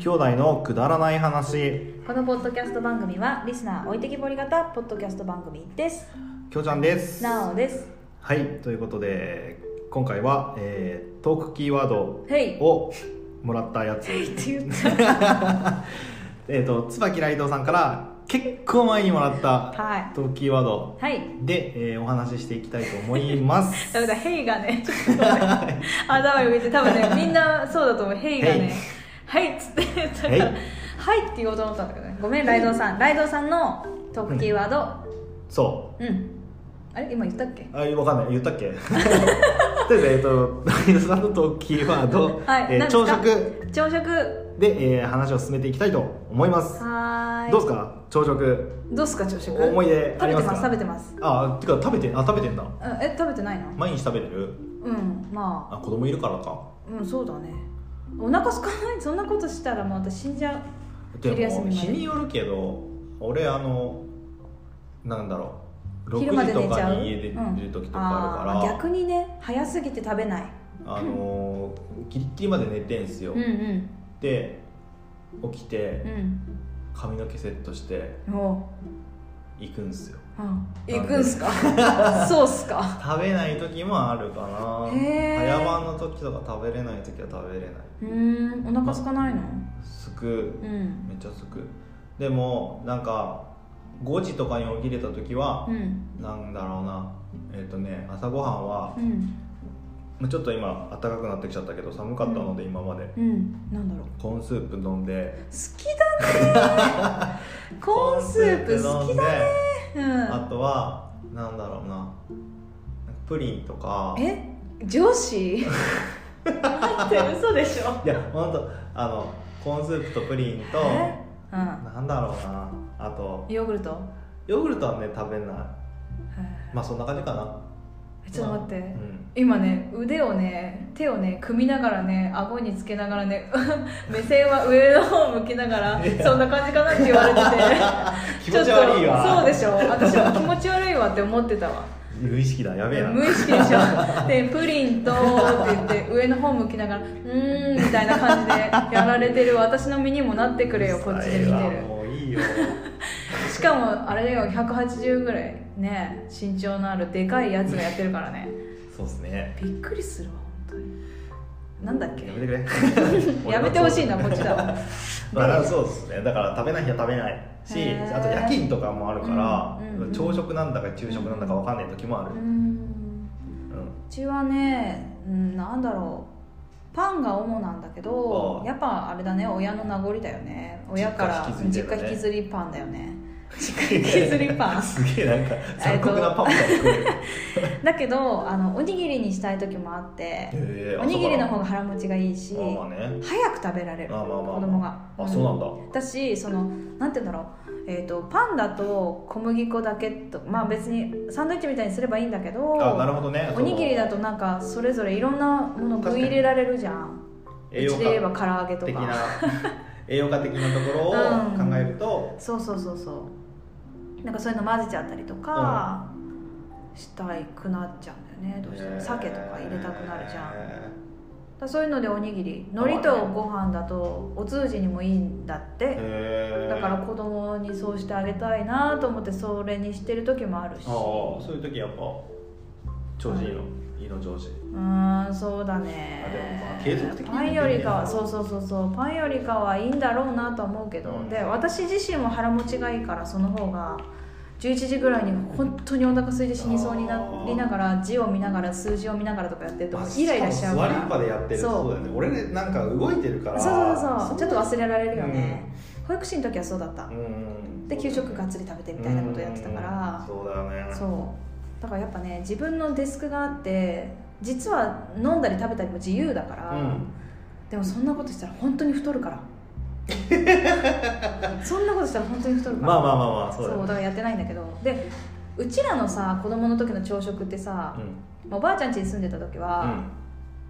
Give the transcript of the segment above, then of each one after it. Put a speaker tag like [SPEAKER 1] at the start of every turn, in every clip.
[SPEAKER 1] 兄弟のくだらない話
[SPEAKER 2] このポッドキャスト番組はリスナー置いてきぼり型ポッドキャスト番組です
[SPEAKER 1] きょうちゃんです
[SPEAKER 2] なおです
[SPEAKER 1] はいということで今回は、えートークキーワード
[SPEAKER 2] ヘイ
[SPEAKER 1] をもらったや つ
[SPEAKER 2] ヘイって言った
[SPEAKER 1] えっと椿ライドさんから結構前にもらった
[SPEAKER 2] は
[SPEAKER 1] トークキーワード
[SPEAKER 2] いはい
[SPEAKER 1] で、えーお話ししていきたいと思いま す
[SPEAKER 2] だめだヘイがねちょっとね頭よぎって多 分ねみんなそうだと思うヘイがねはいっつって言ったから
[SPEAKER 1] ヘ
[SPEAKER 2] はいって言おうと思ったんだけどねごめんライドウさんライドウさんのトークキーワード
[SPEAKER 1] そう
[SPEAKER 2] うん、あれ今言ったっけ
[SPEAKER 1] あわかんない言ったっけ とりあえずえっとライドさんのトークキーワード、
[SPEAKER 2] はい
[SPEAKER 1] えー
[SPEAKER 2] 何ですか
[SPEAKER 1] 朝食
[SPEAKER 2] 朝食
[SPEAKER 1] で、えー話を進めていきたいと思います
[SPEAKER 2] はーい
[SPEAKER 1] どうですか朝食
[SPEAKER 2] どうっすか朝食
[SPEAKER 1] 思い出あ
[SPEAKER 2] 食べ
[SPEAKER 1] り
[SPEAKER 2] て
[SPEAKER 1] ます
[SPEAKER 2] ま
[SPEAKER 1] か
[SPEAKER 2] す食べてます
[SPEAKER 1] あてか食べてあ食べてんだ
[SPEAKER 2] うんえ食べてないの
[SPEAKER 1] 毎日食べてる
[SPEAKER 2] うんまあ
[SPEAKER 1] あ子供いるからか
[SPEAKER 2] うんそうだねお腹空かないそんなことしたらもう私死んじゃう
[SPEAKER 1] で
[SPEAKER 2] 昼休み
[SPEAKER 1] も
[SPEAKER 2] まで
[SPEAKER 1] 日によるけど俺あのなんだろう
[SPEAKER 2] 昼ま
[SPEAKER 1] 6
[SPEAKER 2] で
[SPEAKER 1] 時
[SPEAKER 2] 寝
[SPEAKER 1] と
[SPEAKER 2] ち
[SPEAKER 1] か
[SPEAKER 2] ゃう
[SPEAKER 1] に家で
[SPEAKER 2] うん
[SPEAKER 1] いる時とかある
[SPEAKER 2] ー
[SPEAKER 1] から、
[SPEAKER 2] 逆にね早すぎて食べない
[SPEAKER 1] あのーギリッギリまで寝てんすよ、
[SPEAKER 2] うんうん
[SPEAKER 1] で起きて
[SPEAKER 2] うん
[SPEAKER 1] 髪の毛セットして
[SPEAKER 2] も
[SPEAKER 1] 行くんすよ
[SPEAKER 2] う、うん、行くんすか そうっすか
[SPEAKER 1] 食べない時もあるかな
[SPEAKER 2] へー
[SPEAKER 1] 早番の時とか食べれない時は食べれないう
[SPEAKER 2] ーんお腹空かないの
[SPEAKER 1] すく
[SPEAKER 2] うん
[SPEAKER 1] めっちゃすくでもなんか5時とかに起きれた時は
[SPEAKER 2] う、ん
[SPEAKER 1] なんだろうなえっ、とね朝ごはんは
[SPEAKER 2] う、ん
[SPEAKER 1] まあちょっと今暖かくなってきちゃったけど寒かったので今まで、
[SPEAKER 2] うんなんだろう
[SPEAKER 1] コーンスープ飲んで
[SPEAKER 2] 好きだ ねコーンスープ好きだね
[SPEAKER 1] あとはなんだろうなプリンとか
[SPEAKER 2] うんえ女 子待って嘘でしょ
[SPEAKER 1] いやほんとあのコーンスープとプリンと
[SPEAKER 2] えうん
[SPEAKER 1] なんだろうなあと
[SPEAKER 2] ヨーグルト
[SPEAKER 1] ヨーグルトはね食べないまあそんな感じかな
[SPEAKER 2] えちょっと待って、
[SPEAKER 1] うん
[SPEAKER 2] 今ね腕をね手をね組みながらね顎につけながらね 目線は上の方を向きながら
[SPEAKER 1] いや
[SPEAKER 2] そんな感じかなって言われてて
[SPEAKER 1] 気持ち悪いわ
[SPEAKER 2] ちょっとそうでしょ私も気持ち悪いわって思ってたわ
[SPEAKER 1] 無意識だやべえな
[SPEAKER 2] 無意識でし ょでプリンとって言って上の方向きながらうーんみたいな感じでやられてる私の身にもなってくれよこっちで
[SPEAKER 1] う
[SPEAKER 2] 来
[SPEAKER 1] るさ
[SPEAKER 2] て
[SPEAKER 1] いわ
[SPEAKER 2] る
[SPEAKER 1] もういいよ
[SPEAKER 2] しかもあれだよ180ぐらいね身長のあるでかいやつがやってるからね
[SPEAKER 1] そうっすね
[SPEAKER 2] びっくりするわ本当になんだっけ
[SPEAKER 1] やめてくれ
[SPEAKER 2] やめて ほしいなこっちだわ
[SPEAKER 1] まあそうですねだから食べない日は食べないし
[SPEAKER 2] へー
[SPEAKER 1] あと夜勤とかもあるから、
[SPEAKER 2] うんうんうん
[SPEAKER 1] 朝食なんだか昼食なんだかわかんない時もあ
[SPEAKER 2] う
[SPEAKER 1] る、
[SPEAKER 2] ー
[SPEAKER 1] うん
[SPEAKER 2] んうちはね、うん、なんだろうパンが主なんだけど
[SPEAKER 1] ああ
[SPEAKER 2] やっぱあれだね親の名残だよね親から
[SPEAKER 1] 実家引き継いでるね
[SPEAKER 2] 実家引きずりパンだよね実家引 きずりパン
[SPEAKER 1] すげえなんか残酷なパンみたいに聞こえる
[SPEAKER 2] だけどあのおにぎりにしたい時もあって
[SPEAKER 1] へー
[SPEAKER 2] おにぎりの方が腹持ちがいいし
[SPEAKER 1] あそうなのあまあね
[SPEAKER 2] 早く食べられる
[SPEAKER 1] あまあまあ
[SPEAKER 2] 子供が
[SPEAKER 1] あそうなんだ
[SPEAKER 2] 私そのなんて言うんだろうえー、とパンだと小麦粉だけとまあ別にサンドイッチみたいにすればいいんだけど
[SPEAKER 1] あなるほどね
[SPEAKER 2] おにぎりだ
[SPEAKER 1] と
[SPEAKER 2] となんかそれぞれいろんなもの具
[SPEAKER 1] 確かに
[SPEAKER 2] 入れられるじゃん
[SPEAKER 1] 栄
[SPEAKER 2] う
[SPEAKER 1] 養
[SPEAKER 2] ちで言えば
[SPEAKER 1] 価
[SPEAKER 2] 唐揚げと
[SPEAKER 1] 的な
[SPEAKER 2] か
[SPEAKER 1] 栄養価的なところを考えると、
[SPEAKER 2] そうそうそうそうなんかそういうの混ぜちゃったりとか、したいくなっちゃうんだよねどうしても鮭とか入れたくなるじゃん、だか
[SPEAKER 1] へ
[SPEAKER 2] らそういうのでおにぎり海苔とご飯だとお通じにもいいんだって、
[SPEAKER 1] え
[SPEAKER 2] だから
[SPEAKER 1] あ
[SPEAKER 2] 子供にそうしてあげたいなと思ってそれにしてる時もあるし
[SPEAKER 1] あそういう時やっぱ調子いいのいいの調子
[SPEAKER 2] うーんそうだ
[SPEAKER 1] あでもま
[SPEAKER 2] ね
[SPEAKER 1] あ継続的に
[SPEAKER 2] パンよりかはそうそうそうそうパンよりかはいいんだろうなとは思うけど、
[SPEAKER 1] うん
[SPEAKER 2] で私自身も腹持ちがいいからその方が11時ぐらいに本当にお腹空いて死にそうになりながら字を見ながら数字を見ながらとかやってると
[SPEAKER 1] まあ
[SPEAKER 2] イライラしちゃうから
[SPEAKER 1] しかも座りっぱでやってる
[SPEAKER 2] そう
[SPEAKER 1] そうだよね俺ねなんか動いてるから
[SPEAKER 2] そうそうそうちょっと忘れられるよね、保育士の時はそうだった、
[SPEAKER 1] うん
[SPEAKER 2] で給食がっつり食べてみたいなことやってたから、
[SPEAKER 1] うんそうだよね
[SPEAKER 2] そうだからやっぱね自分のデスクがあって実は飲んだり食べたりも自由だから、
[SPEAKER 1] うん
[SPEAKER 2] でもそんなことしたら本当に太るから そんなことしたら本当に太るから
[SPEAKER 1] まあまあまあまあそ
[SPEAKER 2] そうう
[SPEAKER 1] だよね
[SPEAKER 2] だからやってないんだけどでうちらのさ子供の時の朝食ってさ
[SPEAKER 1] う、ん
[SPEAKER 2] まあおばあちゃん家に住んでた時は、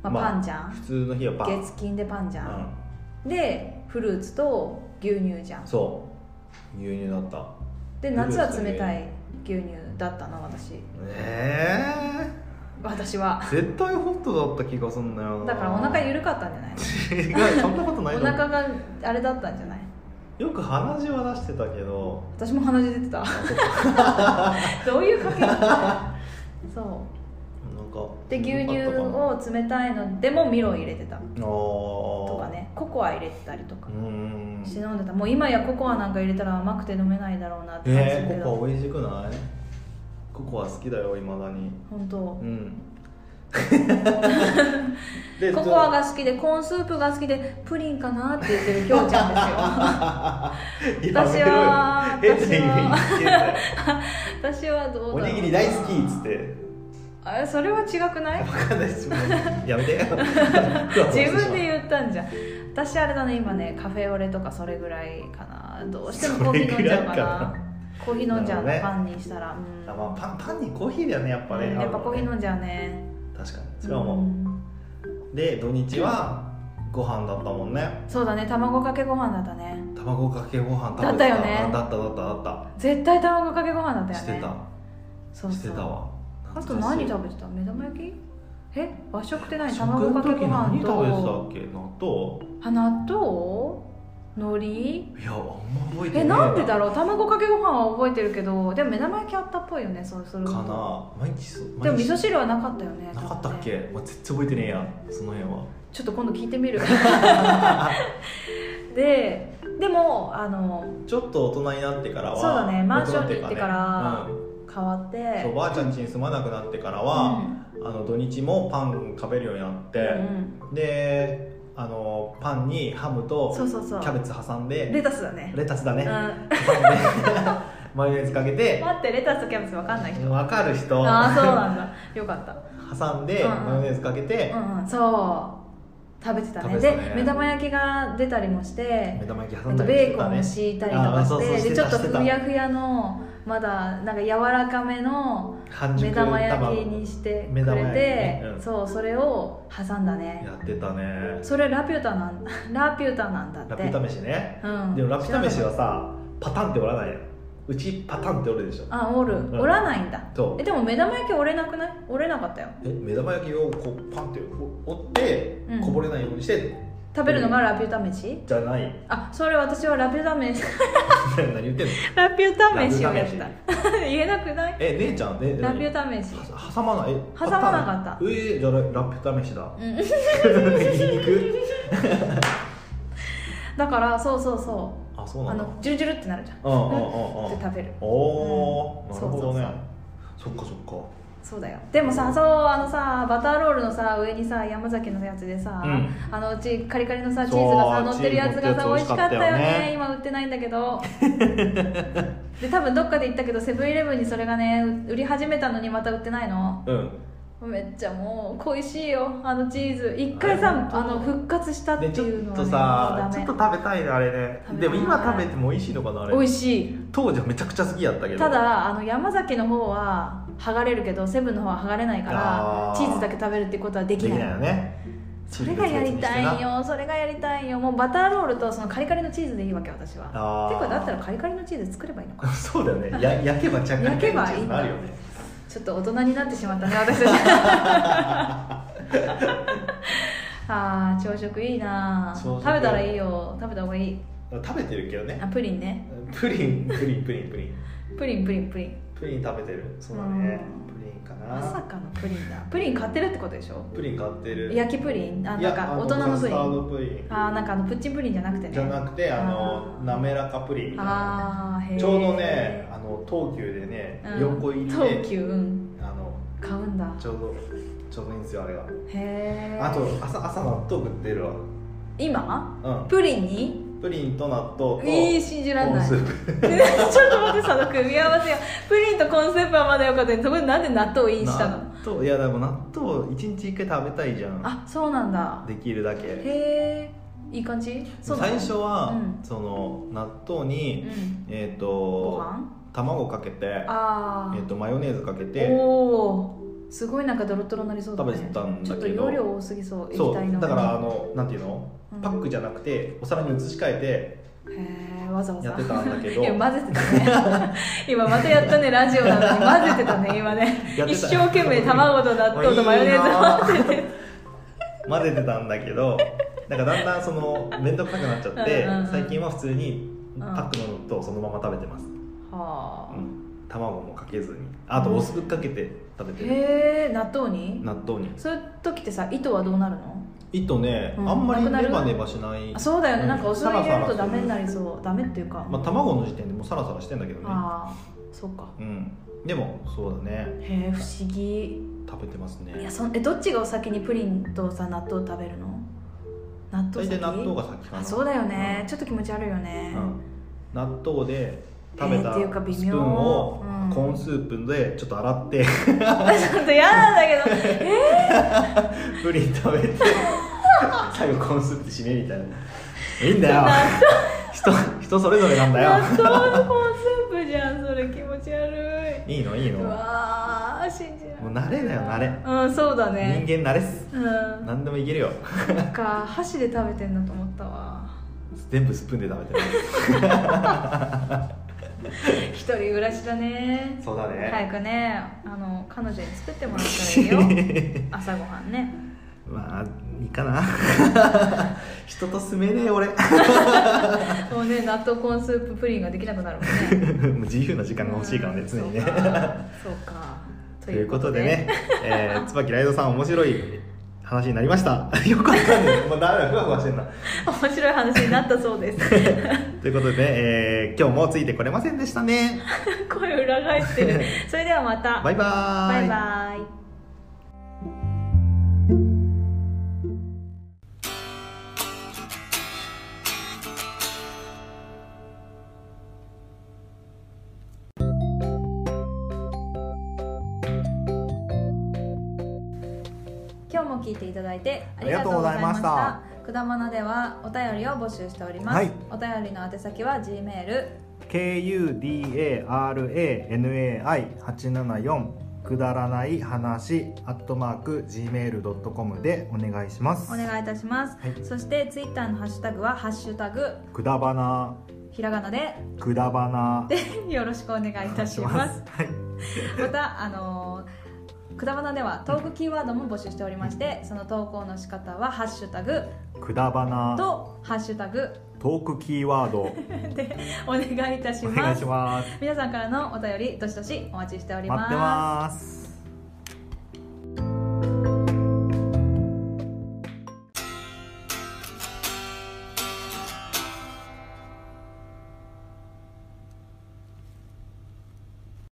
[SPEAKER 2] ま
[SPEAKER 1] まあ
[SPEAKER 2] あ、パンじゃ
[SPEAKER 1] うん
[SPEAKER 2] ん、
[SPEAKER 1] 普通の日はパン
[SPEAKER 2] 月金でパンじゃん、でフルーツと牛乳じゃ
[SPEAKER 1] うんんそう牛乳だった
[SPEAKER 2] で
[SPEAKER 1] フルーツ
[SPEAKER 2] 夏は冷たい牛乳だったな私
[SPEAKER 1] ええ
[SPEAKER 2] 私は
[SPEAKER 1] 絶対ホットだった気がすんだよな
[SPEAKER 2] だからお腹緩かったんじゃない
[SPEAKER 1] 違うそんなこと ない
[SPEAKER 2] お
[SPEAKER 1] と思う
[SPEAKER 2] 腹があれだったんじゃない
[SPEAKER 1] よく鼻血は出してたけど
[SPEAKER 2] 私も鼻血出てた どういうかけ そ
[SPEAKER 1] なんか
[SPEAKER 2] うで牛乳を冷たいのでもミロ入れてた
[SPEAKER 1] と
[SPEAKER 2] とかねココア入れてたりと
[SPEAKER 1] う
[SPEAKER 2] か
[SPEAKER 1] ーん
[SPEAKER 2] して飲んでたもう今やココアなんか入れたら甘くて飲めないだろうなって感じす
[SPEAKER 1] え
[SPEAKER 2] るけ
[SPEAKER 1] ー、ココ
[SPEAKER 2] ど、
[SPEAKER 1] ア美味しくないココア好きだよいまだに
[SPEAKER 2] 本当
[SPEAKER 1] うんで
[SPEAKER 2] ココアが好きでコーンスープが好きでプリンかなって言ってるきょうちゃんです よ私は
[SPEAKER 1] 変な意味言ってんだよ
[SPEAKER 2] 私はどう
[SPEAKER 1] お
[SPEAKER 2] だろう
[SPEAKER 1] にぎり大好きっつって
[SPEAKER 2] あそれは違くない
[SPEAKER 1] わかんないですもうやめて
[SPEAKER 2] 自分で言ったんじゃん私あれだね今ねカフェオレとかそれぐらいかなどうしてもコーヒー飲んじゃうか
[SPEAKER 1] そ
[SPEAKER 2] な
[SPEAKER 1] れぐらいか
[SPEAKER 2] コーヒー飲んじゃう
[SPEAKER 1] なる
[SPEAKER 2] ね
[SPEAKER 1] ほ
[SPEAKER 2] パンにしたらうん
[SPEAKER 1] あ、まあ、パンパンにコーヒーだよねやっぱね、
[SPEAKER 2] うんやっぱコーヒー
[SPEAKER 1] の
[SPEAKER 2] 飲んじゃうね
[SPEAKER 1] 確かにそれはも
[SPEAKER 2] ん
[SPEAKER 1] う、で土日はご飯だったもんね
[SPEAKER 2] そうだね卵かけご飯だったね
[SPEAKER 1] 卵かけご飯食べてた
[SPEAKER 2] だったよね
[SPEAKER 1] あだっただっただっ
[SPEAKER 2] 絶対卵かけご飯だっ
[SPEAKER 1] た
[SPEAKER 2] たよね
[SPEAKER 1] してた、
[SPEAKER 2] そうそう
[SPEAKER 1] してたわ
[SPEAKER 2] あと
[SPEAKER 1] 懐かしい
[SPEAKER 2] 何食べてた目玉焼きえ和食って何
[SPEAKER 1] 食
[SPEAKER 2] 卵
[SPEAKER 1] の
[SPEAKER 2] かけ
[SPEAKER 1] 時
[SPEAKER 2] ご
[SPEAKER 1] 何
[SPEAKER 2] 飯
[SPEAKER 1] 食べてた
[SPEAKER 2] と
[SPEAKER 1] っけ納豆
[SPEAKER 2] あ納豆海苔
[SPEAKER 1] いやあんま覚えて
[SPEAKER 2] えなんでだ
[SPEAKER 1] ろ
[SPEAKER 2] ろう卵かけご飯は覚えてるけどでも目玉焼きあったっぽいよねそうする
[SPEAKER 1] う
[SPEAKER 2] と
[SPEAKER 1] かな毎日そう
[SPEAKER 2] でも
[SPEAKER 1] 毎
[SPEAKER 2] 味
[SPEAKER 1] 日
[SPEAKER 2] 噌汁はなかったよね
[SPEAKER 1] なかったっ
[SPEAKER 2] 多分ね
[SPEAKER 1] け、まあ、絶対覚えてねえやその辺は
[SPEAKER 2] ちょっと今度聞い てみるででもあの
[SPEAKER 1] ちょっと大人になってからは
[SPEAKER 2] そうだねマンション
[SPEAKER 1] 大人
[SPEAKER 2] に
[SPEAKER 1] いう
[SPEAKER 2] 行って変わって
[SPEAKER 1] うんそうばあちゃん家に住まなくなってからは、あの土日もパン食べるようになって、
[SPEAKER 2] うんうん
[SPEAKER 1] であのパンにハム
[SPEAKER 2] そ
[SPEAKER 1] と
[SPEAKER 2] うそうそ
[SPEAKER 1] キャ
[SPEAKER 2] う
[SPEAKER 1] ベツ挟んで
[SPEAKER 2] レタスだね
[SPEAKER 1] レタスだね、
[SPEAKER 2] うん
[SPEAKER 1] マヨネーズかけて
[SPEAKER 2] 待ってレタスとキャベツわかんない人
[SPEAKER 1] 分かる人
[SPEAKER 2] ああそうなんだよかった
[SPEAKER 1] 挟んで
[SPEAKER 2] うんうん
[SPEAKER 1] マヨネーズかけて
[SPEAKER 2] うんうんそう食べてたね
[SPEAKER 1] 食べてたね
[SPEAKER 2] で目玉焼きが出たりもして
[SPEAKER 1] 目玉焼き挟
[SPEAKER 2] あ
[SPEAKER 1] んだ
[SPEAKER 2] と
[SPEAKER 1] りし
[SPEAKER 2] ベ
[SPEAKER 1] て
[SPEAKER 2] ーコ
[SPEAKER 1] た
[SPEAKER 2] ン
[SPEAKER 1] ね
[SPEAKER 2] を敷いたりとか
[SPEAKER 1] あーそうそう
[SPEAKER 2] して
[SPEAKER 1] して
[SPEAKER 2] で
[SPEAKER 1] た
[SPEAKER 2] ちょっと
[SPEAKER 1] してた
[SPEAKER 2] ふやふやのまだなんか柔らかめの
[SPEAKER 1] 半熟
[SPEAKER 2] 目玉焼き
[SPEAKER 1] 卵
[SPEAKER 2] にして
[SPEAKER 1] 目
[SPEAKER 2] く
[SPEAKER 1] 玉
[SPEAKER 2] れ
[SPEAKER 1] 焼き
[SPEAKER 2] て
[SPEAKER 1] ねうん
[SPEAKER 2] そうそれを挟んだね
[SPEAKER 1] やってたね
[SPEAKER 2] それラピュタなん ラピュタなんだって
[SPEAKER 1] ラピュタ飯ね
[SPEAKER 2] うん
[SPEAKER 1] でもラピュタ飯
[SPEAKER 2] 知らなかっ
[SPEAKER 1] はさパタンって折らないようちパタンって折るでしょ
[SPEAKER 2] たあ折る
[SPEAKER 1] ん
[SPEAKER 2] 折らないんだ
[SPEAKER 1] と
[SPEAKER 2] えでも目玉焼き折れなくない折れなかったよ
[SPEAKER 1] え目玉焼きをこうパンって折って
[SPEAKER 2] うん
[SPEAKER 1] こぼれないようにして、
[SPEAKER 2] 食べるのがラピュタ飯
[SPEAKER 1] じゃない
[SPEAKER 2] あそれ私はラピュタ飯
[SPEAKER 1] 何言ってんの
[SPEAKER 2] ラピュタ飯をやって
[SPEAKER 1] ラ
[SPEAKER 2] た
[SPEAKER 1] ピ
[SPEAKER 2] 言えなくない
[SPEAKER 1] え姉ちゃんね
[SPEAKER 2] ラピュタ飯
[SPEAKER 1] は挟まないえ
[SPEAKER 2] 挟まなかった
[SPEAKER 1] パタンえーじゃあララピュタ飯 だ
[SPEAKER 2] うん
[SPEAKER 1] ひき肉
[SPEAKER 2] だからそうそうそ
[SPEAKER 1] あそうう
[SPEAKER 2] あ
[SPEAKER 1] なんだ
[SPEAKER 2] のジュルジュルってなるじゃん
[SPEAKER 1] うんうんうんう
[SPEAKER 2] で
[SPEAKER 1] ん
[SPEAKER 2] 食べる
[SPEAKER 1] おお、
[SPEAKER 2] うん
[SPEAKER 1] なるほどねそっか
[SPEAKER 2] そうだよでもさそうあのさバターロールのさ上にさ山崎のやつでさ、
[SPEAKER 1] うん
[SPEAKER 2] あのうちカリカリのさ
[SPEAKER 1] そう
[SPEAKER 2] チーズがさ乗ってるやつが
[SPEAKER 1] チーズ
[SPEAKER 2] さ
[SPEAKER 1] 乗
[SPEAKER 2] 美
[SPEAKER 1] ってるやつ
[SPEAKER 2] 味しかったよね
[SPEAKER 1] 美味しかったよね
[SPEAKER 2] 今売ってないんだけどで多分どっかで行ったけどセブンイレブンにそれがね売り始めたのにまた売ってないの
[SPEAKER 1] そっかうん
[SPEAKER 2] めっちゃもう恋しいよあのチーズ一回さあの復活したって
[SPEAKER 1] でちょ
[SPEAKER 2] いう
[SPEAKER 1] っ
[SPEAKER 2] の
[SPEAKER 1] と
[SPEAKER 2] はね
[SPEAKER 1] さ
[SPEAKER 2] もう
[SPEAKER 1] ちょっと
[SPEAKER 2] ダメ
[SPEAKER 1] 食べたいねあれね
[SPEAKER 2] 食べたい
[SPEAKER 1] でも今食べても美味しいのかなあれ
[SPEAKER 2] 美味しい
[SPEAKER 1] 当時はめちゃくちゃ好きやったけど
[SPEAKER 2] ただあの山崎の方は剥がれるけどセブンの方は剥がれないから
[SPEAKER 1] あー
[SPEAKER 2] チーズだけ食べるってことはで
[SPEAKER 1] で
[SPEAKER 2] き
[SPEAKER 1] き
[SPEAKER 2] な
[SPEAKER 1] ない
[SPEAKER 2] い
[SPEAKER 1] よね
[SPEAKER 2] それがやりたいよそれがやりたいよもうバターロールとそのカリカリのチーズでいいわけ私は
[SPEAKER 1] あー
[SPEAKER 2] てかだったらカリカリのチーズ作ればいい のか
[SPEAKER 1] そうだよねや焼けば若干
[SPEAKER 2] 焼けばいいんだ
[SPEAKER 1] あるよね
[SPEAKER 2] ちょっと大人になってしまったね私 たちあー朝食いいな
[SPEAKER 1] 朝
[SPEAKER 2] 食
[SPEAKER 1] 食
[SPEAKER 2] べたらいいよ食べた方がいい
[SPEAKER 1] 食べてるけどね
[SPEAKER 2] あプリンね
[SPEAKER 1] プリンプリンプリンプリン
[SPEAKER 2] プリンプリンプリン
[SPEAKER 1] プリン食べてるそうだね
[SPEAKER 2] う
[SPEAKER 1] プリンか
[SPEAKER 2] まさ
[SPEAKER 1] な
[SPEAKER 2] かのプリンだプリン買ってるってことでしょ
[SPEAKER 1] プリン買ってる
[SPEAKER 2] 焼きプリンあ
[SPEAKER 1] い
[SPEAKER 2] なん
[SPEAKER 1] や
[SPEAKER 2] か
[SPEAKER 1] あ
[SPEAKER 2] 大人のプリン
[SPEAKER 1] カスタードプリン
[SPEAKER 2] あーなんかあのプッチンプリンじゃなくてね
[SPEAKER 1] じゃなくてあの
[SPEAKER 2] あー
[SPEAKER 1] 滑らかプリンみたいな
[SPEAKER 2] あーへー
[SPEAKER 1] ちょうどねあの東急でね
[SPEAKER 2] うん
[SPEAKER 1] 横入りで
[SPEAKER 2] 東急うん
[SPEAKER 1] あの
[SPEAKER 2] 買うんだ
[SPEAKER 1] ちょうどちょうどいいんですよあれが
[SPEAKER 2] へえ
[SPEAKER 1] あと朝朝納豆食ってるわ
[SPEAKER 2] 今
[SPEAKER 1] う
[SPEAKER 2] プリンに
[SPEAKER 1] んプリンと納豆と
[SPEAKER 2] えー、信じらん
[SPEAKER 1] コー
[SPEAKER 2] な
[SPEAKER 1] ン
[SPEAKER 2] い
[SPEAKER 1] ス
[SPEAKER 2] ちょっ
[SPEAKER 1] ープ
[SPEAKER 2] と待ってその組み合わせよプリンとコーンスープはまだよかったのにそこでなんで納豆をインしたの
[SPEAKER 1] 納豆いやでも納豆一日一回食べたいじゃん
[SPEAKER 2] あそうなんだ
[SPEAKER 1] できるだけ
[SPEAKER 2] へえいい感じそうなの
[SPEAKER 1] 最初は、
[SPEAKER 2] うん
[SPEAKER 1] その納豆
[SPEAKER 2] う
[SPEAKER 1] に、
[SPEAKER 2] ん
[SPEAKER 1] えっ、
[SPEAKER 2] ご
[SPEAKER 1] と
[SPEAKER 2] 飯
[SPEAKER 1] 卵かけて
[SPEAKER 2] ああ、
[SPEAKER 1] えっとマヨネーズかけて
[SPEAKER 2] おおすごいなんかドロドロになりそうだね
[SPEAKER 1] 食べてたんだけど
[SPEAKER 2] ちょっと容量多すぎそう
[SPEAKER 1] そ
[SPEAKER 2] 液体
[SPEAKER 1] う
[SPEAKER 2] の
[SPEAKER 1] だからあのなんていうの
[SPEAKER 2] うん
[SPEAKER 1] パックじゃなくてお皿に移し替えて
[SPEAKER 2] へえ
[SPEAKER 1] 食
[SPEAKER 2] わざわざ
[SPEAKER 1] やってたんだけど
[SPEAKER 2] いや混ぜてたね 今またやったねラジオなのに混ぜてたね今ね
[SPEAKER 1] やってた
[SPEAKER 2] 一生懸命卵と納豆とマヨネーズを混ぜて
[SPEAKER 1] 混ぜてたんだけどなんかだんだんその面倒くさくなっちゃって
[SPEAKER 2] うんうんうん
[SPEAKER 1] 最近は普通にパックののとそのまま食べてます、
[SPEAKER 2] は
[SPEAKER 1] う
[SPEAKER 2] あ
[SPEAKER 1] ん、卵もかけずにあとお酢ぶっかけて食べてる、
[SPEAKER 2] へえ納豆に
[SPEAKER 1] 納豆に
[SPEAKER 2] そういう時ってさ糸はどうなるの
[SPEAKER 1] 糸ね、
[SPEAKER 2] うん
[SPEAKER 1] あんまり
[SPEAKER 2] なくな
[SPEAKER 1] ネ
[SPEAKER 2] る
[SPEAKER 1] バネバしない
[SPEAKER 2] あそうだよね
[SPEAKER 1] うん
[SPEAKER 2] なんかお酢を入れると
[SPEAKER 1] サラサ
[SPEAKER 2] ダ
[SPEAKER 1] ラする
[SPEAKER 2] メになりそうダメっていうか、
[SPEAKER 1] まあ、卵の時点でもうサラサラしてんだけどね
[SPEAKER 2] ああそうか
[SPEAKER 1] うんでもそうだね
[SPEAKER 2] へえ不思議
[SPEAKER 1] 食べてます
[SPEAKER 2] い
[SPEAKER 1] ね
[SPEAKER 2] やそんえどっちがお先にプリンとさ納豆を食べるの納豆
[SPEAKER 1] 大体
[SPEAKER 2] 先
[SPEAKER 1] 納豆が先かな
[SPEAKER 2] あそうだよね、ちょっと気持ち悪いよ
[SPEAKER 1] う
[SPEAKER 2] ね、
[SPEAKER 1] ん、納豆で食べ
[SPEAKER 2] えーったていうか微妙
[SPEAKER 1] スプーンを
[SPEAKER 2] うん
[SPEAKER 1] コーンスープでちょっと洗 って
[SPEAKER 2] ちょっと嫌なんだけど え
[SPEAKER 1] プリン食べて 最後コーンスープで締めみた いないいんだよ人人それぞれなんだ よ
[SPEAKER 2] 納豆のコーンスープじゃんそれ気持ち悪
[SPEAKER 1] いいのいい
[SPEAKER 2] い
[SPEAKER 1] の
[SPEAKER 2] う
[SPEAKER 1] も
[SPEAKER 2] わー信じ
[SPEAKER 1] う
[SPEAKER 2] られ
[SPEAKER 1] 慣れだよ慣れ
[SPEAKER 2] ないうんそうだね
[SPEAKER 1] 人間慣れっす
[SPEAKER 2] うん
[SPEAKER 1] 何でもいけるよ
[SPEAKER 2] なんか箸で食べてんだと思ったわ
[SPEAKER 1] 全部スプーンで食べて る
[SPEAKER 2] 一人暮らしだね
[SPEAKER 1] そうだね、
[SPEAKER 2] 早くねあの彼女に作ってもらったらいいよ 朝ごはんね
[SPEAKER 1] まあいいかな 人と住めねえ俺 も
[SPEAKER 2] もうね納豆コーンスーププリンができなくなるもんね
[SPEAKER 1] う自由な時間が欲しいからね常にね
[SPEAKER 2] そうかそうか
[SPEAKER 1] ということでね、えー、椿ライドさん面白い話になりました よかったねもうダメだふわふわしてんな
[SPEAKER 2] 面白い話になったそうです
[SPEAKER 1] ということで、えー今日もついてこれませんでしたね
[SPEAKER 2] 声裏返ってるそれではまた
[SPEAKER 1] バイバー
[SPEAKER 2] バ
[SPEAKER 1] イ
[SPEAKER 2] イバイ今日も聞いていただいてありがとうございました
[SPEAKER 1] あ
[SPEAKER 2] くだまなではお便りを募集しております、
[SPEAKER 1] はい
[SPEAKER 2] お便りの宛先は G メール
[SPEAKER 1] KUDARANAI874 くだらない話アットマーク Gmail.com でお願いします
[SPEAKER 2] お願いいたします、
[SPEAKER 1] はい
[SPEAKER 2] そしてツイッターのハッシュタグは「ハッシュタグ
[SPEAKER 1] くだばな
[SPEAKER 2] ひらがなで
[SPEAKER 1] くだばな」
[SPEAKER 2] でよろしくお願いいたします
[SPEAKER 1] はい
[SPEAKER 2] またあのーくだばなではトークキーワードも募集しておりましてその投稿の仕方は「ハッシュタグ
[SPEAKER 1] くだば」な
[SPEAKER 2] と「ハッシュタグ
[SPEAKER 1] トークキーワード」
[SPEAKER 2] でお願いいたし
[SPEAKER 1] お
[SPEAKER 2] ま
[SPEAKER 1] 願い
[SPEAKER 2] す
[SPEAKER 1] します
[SPEAKER 2] 皆さんからのお便りどしどしお待ちしており
[SPEAKER 1] 待ってます